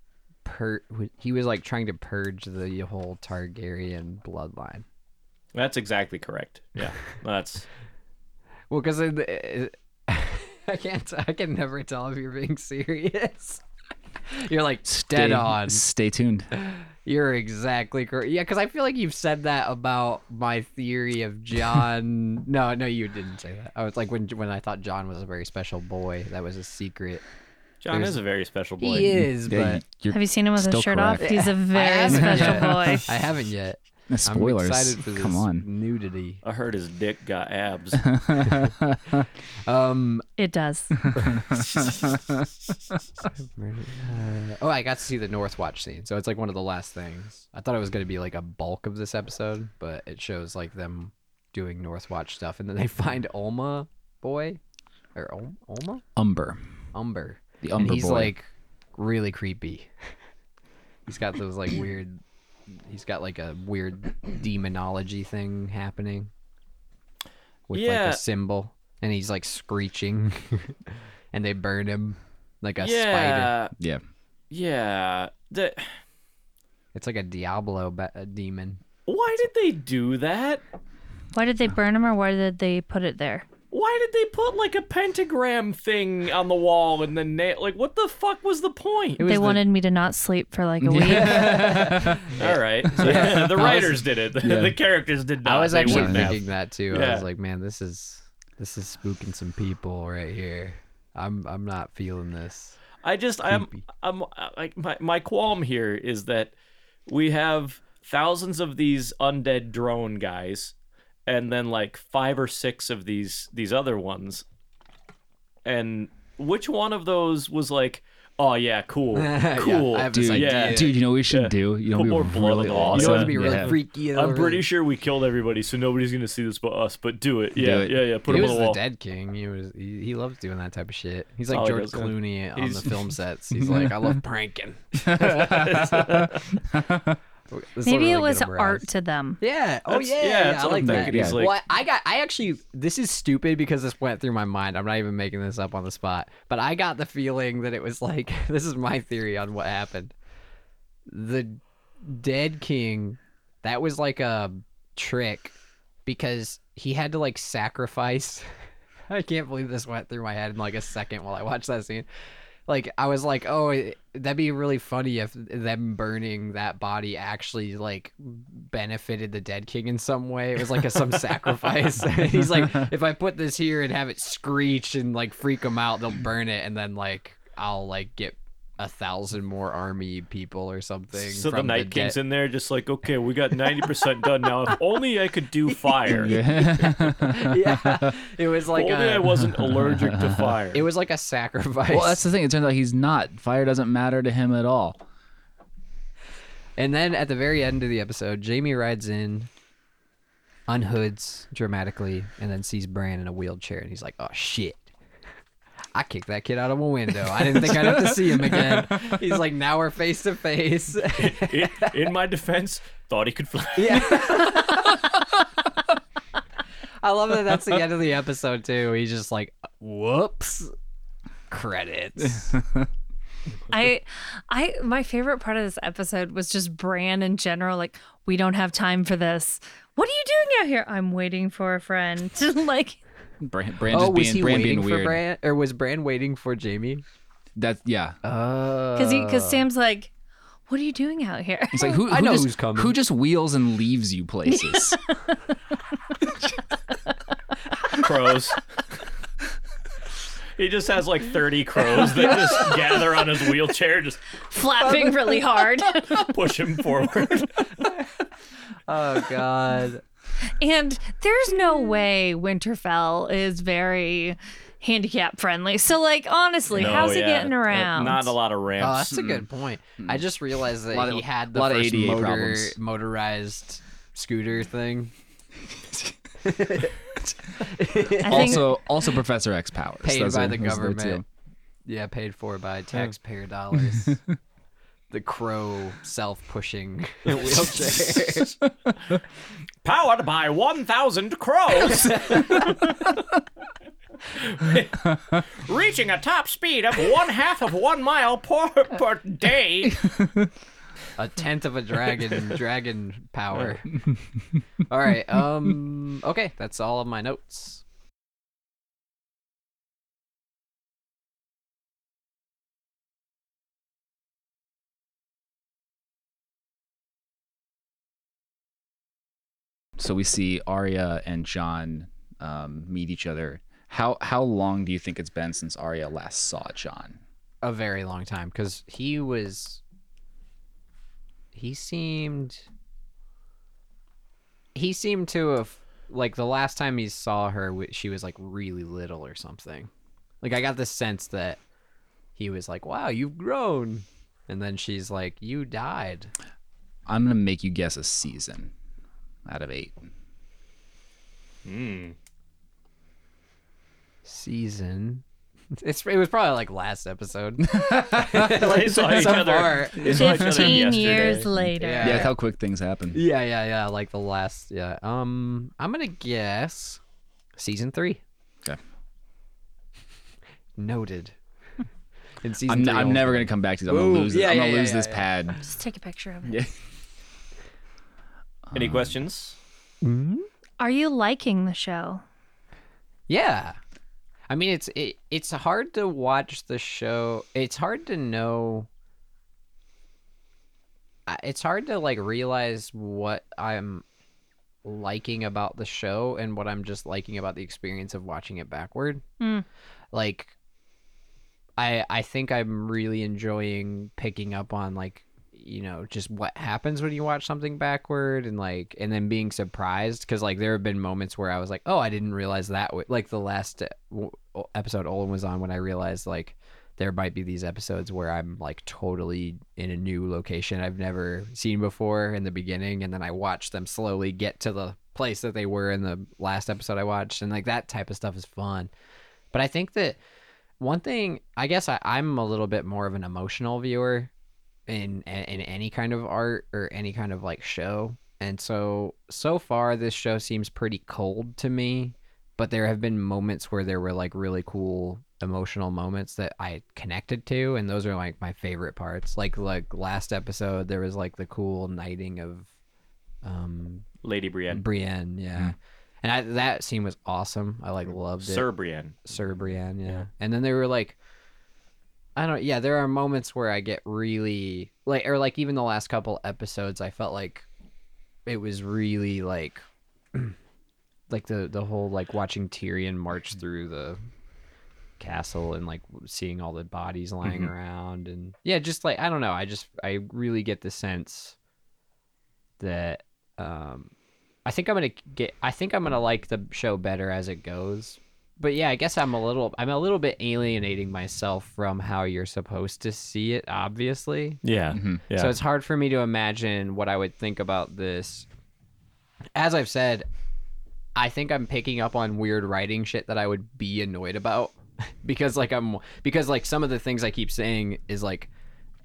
A: per who- he was like trying to purge the whole Targaryen bloodline.
C: that's exactly correct yeah that's
A: Well, because I can't. I can never tell if you're being serious. You're like
D: Stay-
A: dead on.
D: Stay tuned.
A: You're exactly correct. Yeah, because I feel like you've said that about my theory of John. no, no, you didn't say that. I was like when when I thought John was a very special boy. That was a secret.
C: John is a very special boy.
A: He is,
D: Yeah,
A: but
D: you're
B: Have you seen him with
D: still
B: his shirt off?
D: correct.
B: He's a very
A: haven't
B: special
A: yet.
B: boy.
A: I haven't yet.
D: Spoilers.
A: I'm excited for this
D: Come on.
A: nudity.
C: I heard his dick got abs.
A: Um.
B: It does.
A: uh, oh, I got to see the North Watch scene, so it's like one of the last things. I thought it was gonna be like a bulk of this episode, but it shows like them doing North Watch stuff, and then they find Olma boy or Ol- Olma
D: Umber.
A: Umber.
D: The
A: and
D: Umber
A: he's
D: boy.
A: like really creepy. he's got those like weird. He's got like a weird demonology thing happening with
C: Yeah.
A: like a symbol, and he's like screeching, and they burn him like a spider.
C: yeah,
D: yeah.
C: yeah. The-
A: It's like a Diablo ba- a demon.
C: why did they do that?
B: Why did they burn him or why did they put it there?
C: Why did they put like a pentagram thing on the wall and then nail? Like, what the fuck was the point?
A: was
B: They
A: the-
B: wanted me to not sleep for like a week.
C: All right, So, the writers did it. The, the characters did not.
A: I was
C: They
A: actually
C: wouldn't have.
A: thinking that too. I
C: Yeah.
A: was like, man, this is this is spooking some people right here. I'm I'm not feeling this.
C: I just I'm I'm I- like my my qualm here is that we have thousands of these undead drone guys and then like five or six of these these other ones. And which one of those was like, "Oh yeah, cool.
A: Yeah,
C: Cool."
A: I have this
D: Dude,
A: idea.
C: yeah.
D: dude, you know what we should
C: Yeah.
D: do? You know,
C: Put
D: what
C: more
D: would be
C: blood on
D: really
C: the wall.
A: You
D: awesome.
A: know, it'd be really
D: Yeah.
A: freaky. though,
C: I'm pretty
A: really-
C: sure we killed everybody, so nobody's gonna see this but us. But do it, yeah,
D: it.
C: yeah, yeah. Put
A: he
C: him
A: was
C: on the
A: the
C: wall.
A: dead king. He was he, he loves doing that type of shit. He's like
C: all he
A: George
C: does, yeah.
A: Clooney on
C: He's-
A: the film sets. He's like, I love pranking. This will
B: Maybe
A: really
B: it
A: get
B: was
A: him
B: art
A: aroused.
B: to them.
A: Yeah. Oh
C: That's-
A: yeah.
C: yeah,
A: Yeah.
C: that's
A: I
C: what
A: like
C: I'm
A: that.
C: thinking. He's like-
A: well, I got. I actually. This is stupid because this went through my mind. I'm not even making this up on the spot. But I got the feeling that it was like this is my theory on what happened. The dead king. That was like a trick because he had to like sacrifice. I can't believe this went through my head in like a second while I watched that scene. Like I was like, oh, it- that'd be really funny if them burning that body actually like benefited the dead king in some way. It was like a, some sacrifice. He's like, if I put this here and have it screech and like freak them out, they'll burn it, and then like I'll like get a thousand more army people or something.
C: So the
A: from
C: Night
A: dead-
C: King's in there, just like, okay, we got ninety percent done now. If only I could do fire.
A: yeah, it was like uh,
C: only
A: a,
C: I wasn't allergic to fire.
A: it was like a sacrifice.
D: Well, that's the thing. It turns out he's not. Fire doesn't matter to him at all.
A: And then at the very end of the episode, Jamie rides in, unhoods dramatically, and then sees Bran in a wheelchair, and he's like, "Oh shit." I kicked that kid out of a window. I didn't think I'd have to see him again. He's like, now we're face to face.
C: in, in my defense, thought he could fly.
A: Yeah. I love that that's the end of the episode too. He's just like, whoops. Credits.
B: I I my favorite part of this episode was just Bran in general, like, we don't have time for this. What are you doing out here? I'm waiting for a friend. like
D: Brand, Brand
A: oh,
D: just
A: was
D: being,
A: he
D: Bran
A: waiting
D: being
A: for
D: weird.
A: Bran, or was Bran waiting for Jamie?
D: That's yeah.
A: Uh,
B: cause he cause Sam's like, What are you doing out here?
D: It's like who,
A: I
D: who
A: know
D: just,
A: who's coming.
D: Who just wheels and leaves you places?
C: crows. he just has like 30 crows that just gather on his wheelchair, just
B: Flapping really hard.
C: push him forward.
A: oh god.
B: And there's no way Winterfell is very handicap friendly. So like honestly, how's he getting around?
C: Uh, Not a lot of
A: Oh, that's
C: ramps.
A: a good point. I just realized that
D: Hmm. Lot of-
A: he had the
D: lot of
A: first
D: ADA
A: motor,
D: problems.
A: motorized scooter thing.
B: I think
D: also, also Professor X powers
A: Paid
D: Those
A: by
D: are-
A: the
D: those are two.
A: government. Yeah, paid for by taxpayer dollars. the crow self-pushing wheelchair.
C: Powered by 1,000 crows. Reaching a top speed of one half of one mile per, per day.
A: a tenth of a dragon, dragon power. all right. Um. Okay, that's all of my notes.
D: so we see Arya and John um, meet each other. How how long do you think it's been since Arya last saw John?
A: a very long time because he was he seemed he seemed to have like the last time he saw her w- she was like really little or something like i got the sense that he was like wow you've grown and then she's like you died
D: I'm gonna make you guess a season out of eight.
A: season it's, it was probably like last episode
C: They saw each
A: so
C: other.
A: far.
C: They saw each other
B: 15 years
C: yesterday.
B: later.
A: Yeah.
D: Yeah, that's how quick things happen.
A: yeah yeah yeah like the last yeah um i'm gonna guess season three
D: Okay.
A: Noted. In season
D: I'm,
A: three,
D: I'm
A: I'll-
D: never gonna come back to this. I'm gonna
A: Ooh,
D: lose this.
A: yeah,
D: I'm gonna
A: yeah,
D: lose
A: yeah,
D: this
A: yeah, yeah.
D: pad.
B: Just take a picture of it.
D: Yeah.
C: Any questions?
B: Are you liking the show?
A: Yeah, I mean it's it, it's hard to watch the show. It's hard to know. I- It's hard to like realize what I'm liking about the show and what I'm just liking about the experience of watching it backward.
B: Hmm.
A: Like, I I think I'm really enjoying picking up on like you know just what happens when you watch something backward and like and then being surprised because like there have been moments where i was like oh i didn't realize that w-. like the last uh, w- episode olin was on when i realized like there might be these episodes where i'm like totally in a new location i've never seen before in the beginning and then i watch them slowly get to the place that they were in the last episode i watched and like that type of stuff is fun but i think that one thing i guess I, i'm a little bit more of an emotional viewer in in any kind of art or any kind of like show. And so so far this show seems pretty cold to me, but there have been moments where there were like really cool emotional moments that I connected to and those are like my favorite parts. Like like last episode there was like the cool knighting of um
C: Lady Brienne.
A: Brienne, yeah. And I, that scene was awesome. I like loved it.
C: Sir Brienne.
A: Sir Brienne, yeah. And then they were like, I don't, yeah, there are moments where I get really, like, or like even the last couple episodes, I felt like it was really like, like the, the whole, like, watching Tyrion march through the castle and like seeing all the bodies lying around. And yeah, just like, I don't know. I just, I really get the sense that, um, I think I'm gonna get. I think I'm gonna like the show better as it goes, but yeah, I guess I'm a little I'm a little bit alienating myself from how you're supposed to see it, obviously.
C: Yeah. Yeah.
A: So it's hard for me to imagine what I would think about this. As I've said, I think I'm picking up on weird writing shit that I would be annoyed about because like I'm because like some of the things I keep saying is like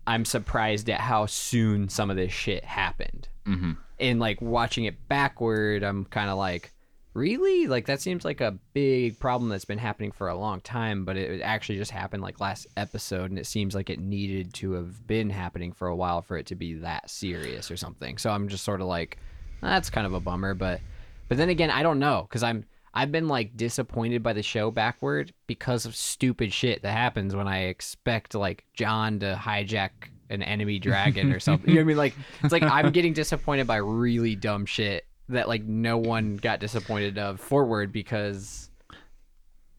A: I'm surprised at how soon some of this shit happened.
D: Mhm.
A: And like watching it backward, I'm kind of like really like that seems like a big problem that's been happening for a long time but it actually just happened like last episode and it seems like it needed to have been happening for a while for it to be that serious or something so i'm just sort of like that's kind of a bummer but but then again i don't know because i'm i've been like disappointed by the show backward because of stupid shit that happens when i expect like john to hijack an enemy dragon or something you know what i mean like it's like i'm getting disappointed by really dumb shit that like no one got disappointed of forward because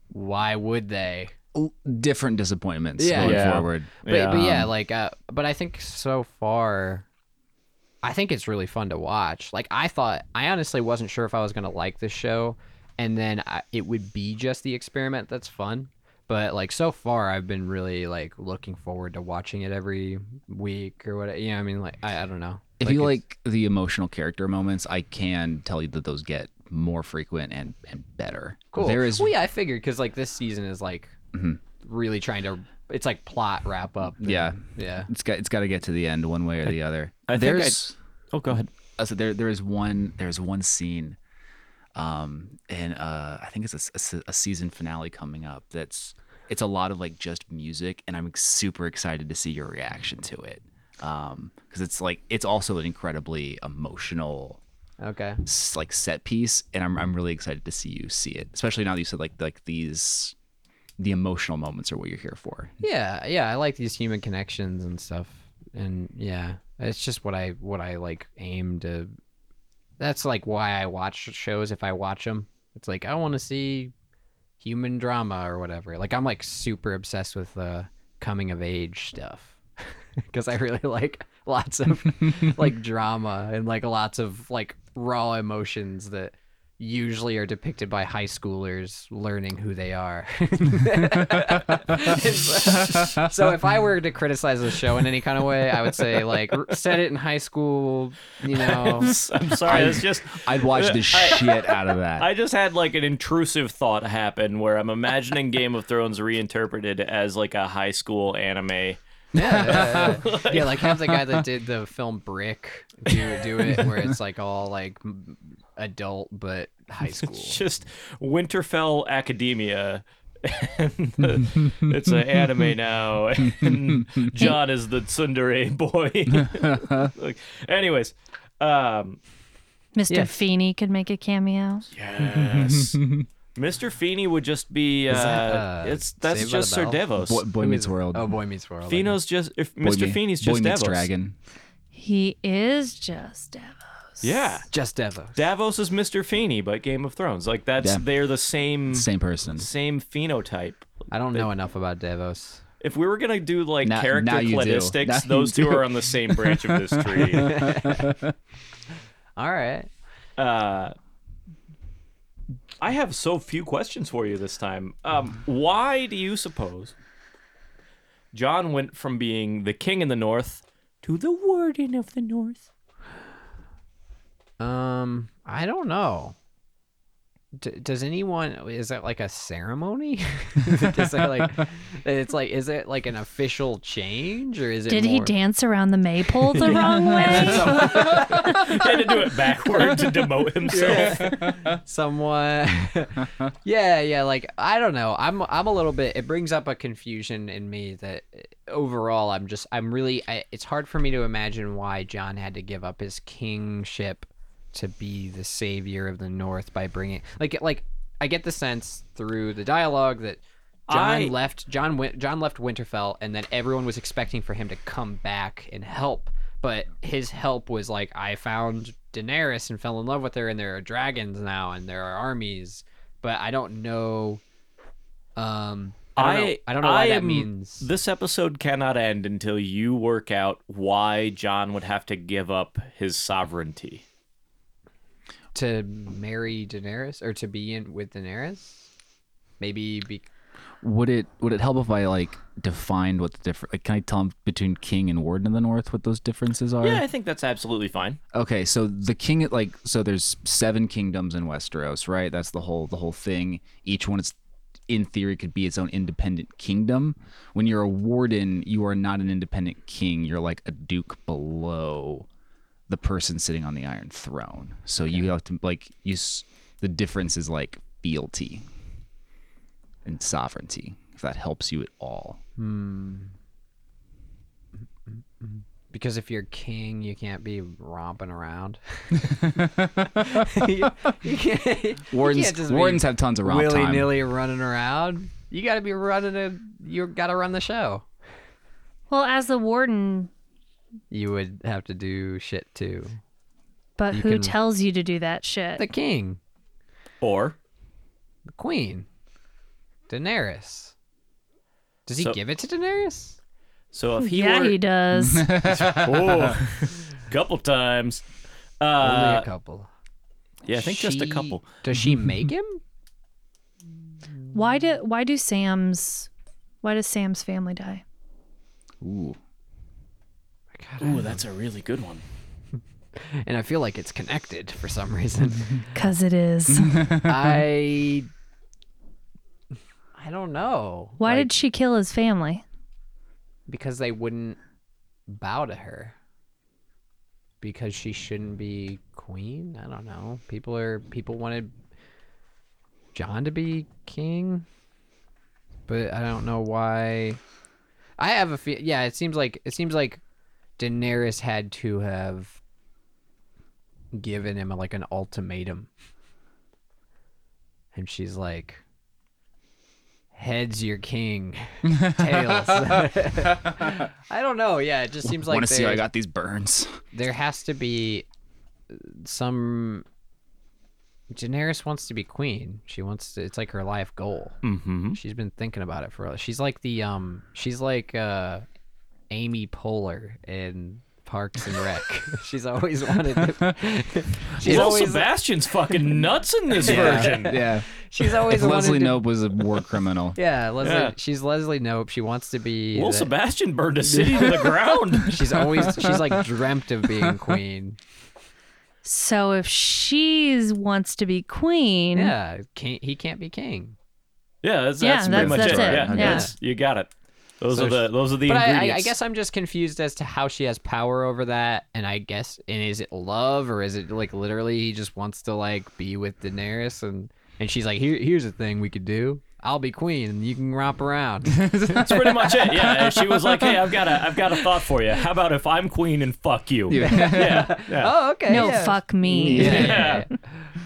A: why would they?
D: L- Different disappointments
A: Yeah.
D: going
C: Yeah.
D: forward.
A: But yeah, but
D: um,
A: yeah like uh, but I think so far I think it's really fun to watch. Like I thought I honestly wasn't sure if I was going to like this show and then I, it would be just the experiment that's fun. But like so far I've been really like looking forward to watching it every week or whatever. Yeah, I mean like I, I don't know.
D: If you
A: it's-
D: like the emotional character moments, I can tell you that those get more frequent and, and better.
A: Cool.
D: There is Mm-hmm.
A: Well, yeah, I figured because like this season is like really trying to. It's like plot wrap up. and-
D: Yeah.
A: yeah.
D: it's got it's got to get to the end one way or the other.
C: I think I-
D: there's
C: Oh, go ahead.
D: uh, so there there is one there's one scene um and uh I think it's a s- a, s- a season finale coming up that's it's a lot of like just music and I'm super excited to see your reaction to it. Um cuz it's like it's also an incredibly emotional
A: Okay.
D: s- like set piece and I'm I'm really excited to see you see it. Especially now that you said like like these the emotional moments are what you're here for.
A: Yeah, yeah. I like these human connections and stuff, and yeah, it's just what I what I like aim to. that's like why I watch shows if I watch them. It's like I want to see human drama or whatever. Like I'm like super obsessed with uh, coming of age stuff because I really like lots of like drama and like lots of like raw emotions that usually are depicted by high schoolers learning who they are. so if I were to criticize the show in any kind of way, I would say like r- set it in high school, you know.
C: I'm sorry. It's just
D: I'd watch the
C: I-
D: shit out of that.
C: I just had like an intrusive thought happen where I'm imagining Game of Thrones reinterpreted as like a high school anime.
A: Yeah, yeah, yeah. Yeah, like have the guy that did the film Brick do do it where it's like all like m- adult but high school.
C: It's just Winterfell Academia. and the- it's an anime now, and John is the tsundere boy. Like, anyways, um,
B: Mr.
A: Yeah.
B: Feeney could make a cameo.
C: yes, Mr. Feeney would just be. Uh,
A: that, uh,
C: it's that's
A: Saved by the
C: just Sir
A: Bell?
C: Devos.
D: Boy, Boy
A: Who
D: Meets
A: is-
D: World.
A: Oh, Boy Meets World. I mean.
C: Fino's just if
D: Boy
C: Mr.
D: Me-
C: Feeney's
D: Boy
C: just
D: Meets
C: Davos.
D: Dragon.
B: He is just Davos.
C: Yeah,
A: just Devos.
C: Davos is Mr. Feeney, but Game of Thrones. Like that's
D: Yeah.
C: they're the same
D: Same person.
C: same phenotype.
A: I don't know enough about Davos.
C: If we were gonna do like
D: Now-
C: character
D: now you do. Now
C: cladistics,
D: you
C: those two
D: do.
C: are on the same branch of this tree.
A: All right.
C: uh, I have so few questions for you this time. Um, why do you suppose John went from being the king in the north to the warden of the north?
A: Um, I don't know. D- does anyone is that like a ceremony? is that like it's like is it like an official change or is it
B: Did he
A: more-
B: dance around the maypole the wrong way?
C: He had to do it backward to demote himself.
A: somewhat yeah yeah like i don't know i'm i'm a little bit it brings up a confusion in me that overall i'm just i'm really I, it's hard for me to imagine why john had to give up his kingship to be the savior of the north by bringing like like i get the sense through the dialogue that John
C: I-
A: left John went John left Winterfell and then everyone was expecting for him to come back and help but his help was like I found Daenerys and fell in love with her and there are dragons now and there are armies but I don't know um I don't know, I don't know why
C: I
A: that
C: am-
A: means
C: This episode cannot end until you work out why John would have to give up his sovereignty.
A: to marry Daenerys or to be in with Daenerys maybe be
D: Would it would it help if I like defined what the difference? Like, can I tell him between king and warden of the north what those differences are?
C: Yeah, I think that's absolutely fine.
D: Okay, so the king like so there's seven kingdoms in Westeros, right? That's the whole the whole thing. Each one is in theory could be its own independent kingdom. When you're a warden, you are not an independent king. You're like a duke below the person sitting on the iron throne. So you have to like you s- the difference is like fealty and sovereignty. If that helps you at all.
A: because if you're king, you can't be romping around. you, you can't, you can't
D: Wardens
A: just
D: wardens
A: be
D: have tons of romp
A: willy
D: time.
A: nilly running around. You got to be running a. You got to run the show.
B: well, as the warden,
A: You would have to do shit too.
B: but who
A: can-
B: tells you to do that shit?
A: The king,
C: Or
A: the queen, Daenerys. Does he
C: So-
A: give it to Daenerys?
C: so if he
B: yeah,
C: were
B: he does.
C: oh, couple times.
A: Only
C: Uh,
A: a couple.
C: yeah, I think just a
A: She-
C: couple.
A: Does she make him?
B: why do why do Sam's why does Sam's family die?
D: Ooh.
C: Ooh, that's a really good one.
A: And I feel like it's connected for some reason.
B: Cause it is.
A: I. I don't know.
B: Why
A: Like-
B: did she kill his family?
A: because they wouldn't bow to her because she shouldn't be queen i don't know people are people wanted john to be king but i don't know why i have a feel yeah it seems like it seems like daenerys had to have given him like an ultimatum and she's like heads your king tails i don't know yeah it just seems like
D: Want to see? how
A: they-
D: I got these burns.
A: there has to be some Daenerys wants to be queen. She wants to. It's like her life goal.
C: Mm-hmm.
A: She's been thinking about it for. She's like the um. She's like uh, Amy Poehler in Parks and Rec. she's always wanted. To, she's
C: Well,
A: always.
C: Sebastian's fucking nuts in this version.
D: yeah.
A: She's always
D: If
A: wanted
D: Leslie
A: to-
D: Nope was a war criminal.
A: Yeah, Leslie.
C: Yeah.
A: She's Leslie Nope. She wants to be.
C: Well,
A: the-
C: Sebastian burned a city to the ground.
A: she's always. She's like dreamt of being queen.
B: So if she wants to be queen,
A: Yeah, can't, he can't be king.
C: Yeah, that's,
B: Yeah,
C: that's,
B: that's-
C: pretty much
B: that's
C: it.
B: it.
C: Yeah,
B: Yeah.
C: that's- you got it. Those
A: So
C: are the
A: she-
C: those are the
A: But I, I,
C: ingredients.
A: I guess I'm just confused as to how she has power over that. And I guess, and is it love or is it like literally he just wants to like be with Daenerys and and she's like, here, here's a thing we could do. I'll be queen and you can romp around.
C: that's pretty much it. Yeah, she was like, "Hey, I've got a I've got a thought for you. How about if I'm queen and fuck you?
D: Yeah.
C: Yeah, yeah.
A: oh, okay.
B: no,
A: yeah.
B: fuck me.
A: Yeah.
C: Yeah.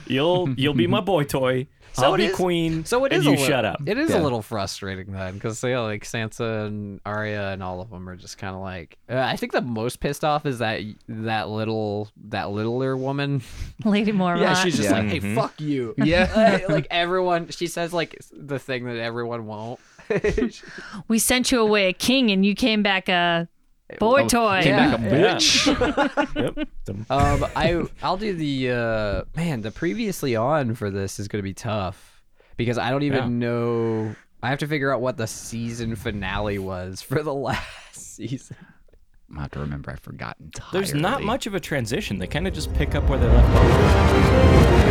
C: you'll you'll be my boy toy. So I'll
A: it
C: be
A: is-
C: queen.
A: So it
C: and
A: is
C: you
A: a little,
C: shut up.
A: It is a
D: Yeah.
A: little frustrating then, because yeah, like Sansa and Arya and all of them are just kind of like. Uh, I think the most pissed off is that that little that littler woman.
B: Lady Mormont.
A: Yeah, she's just
D: Yeah.
A: like, hey, fuck you.
D: Yeah.
A: like everyone, she says like the thing that everyone won't.
B: we sent you away a king and you came back a boy
D: Oh,
B: toy.
D: Came
A: Yeah.
D: back a
C: Yeah.
D: bitch.
C: Yep. Dum-
A: um, I I'll do the uh, man. The previously on for this is gonna be tough because I don't even
C: Yeah.
A: know. I have to figure out what the season finale was for the last season.
D: I'm have to remember. I've forgotten. Entirely.
C: There's not much of a transition. They kind of just pick up where they left off.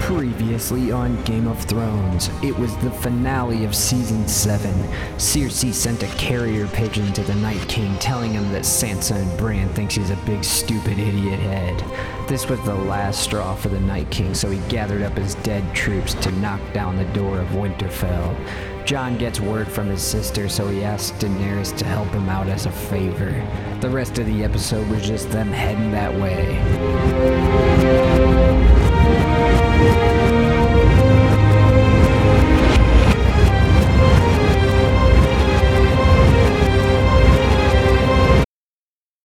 E: Previously on Game of Thrones, it was the finale of season 7. Cersei sent a carrier pigeon to the Night King telling him that Sansa and Bran thinks he's a big stupid idiot head. This was the last straw for the Night King, so he gathered up his dead troops to knock down the door of Winterfell. John gets word from his sister, so he asks Daenerys to help him out as a favor. The rest of the episode was just them heading that way.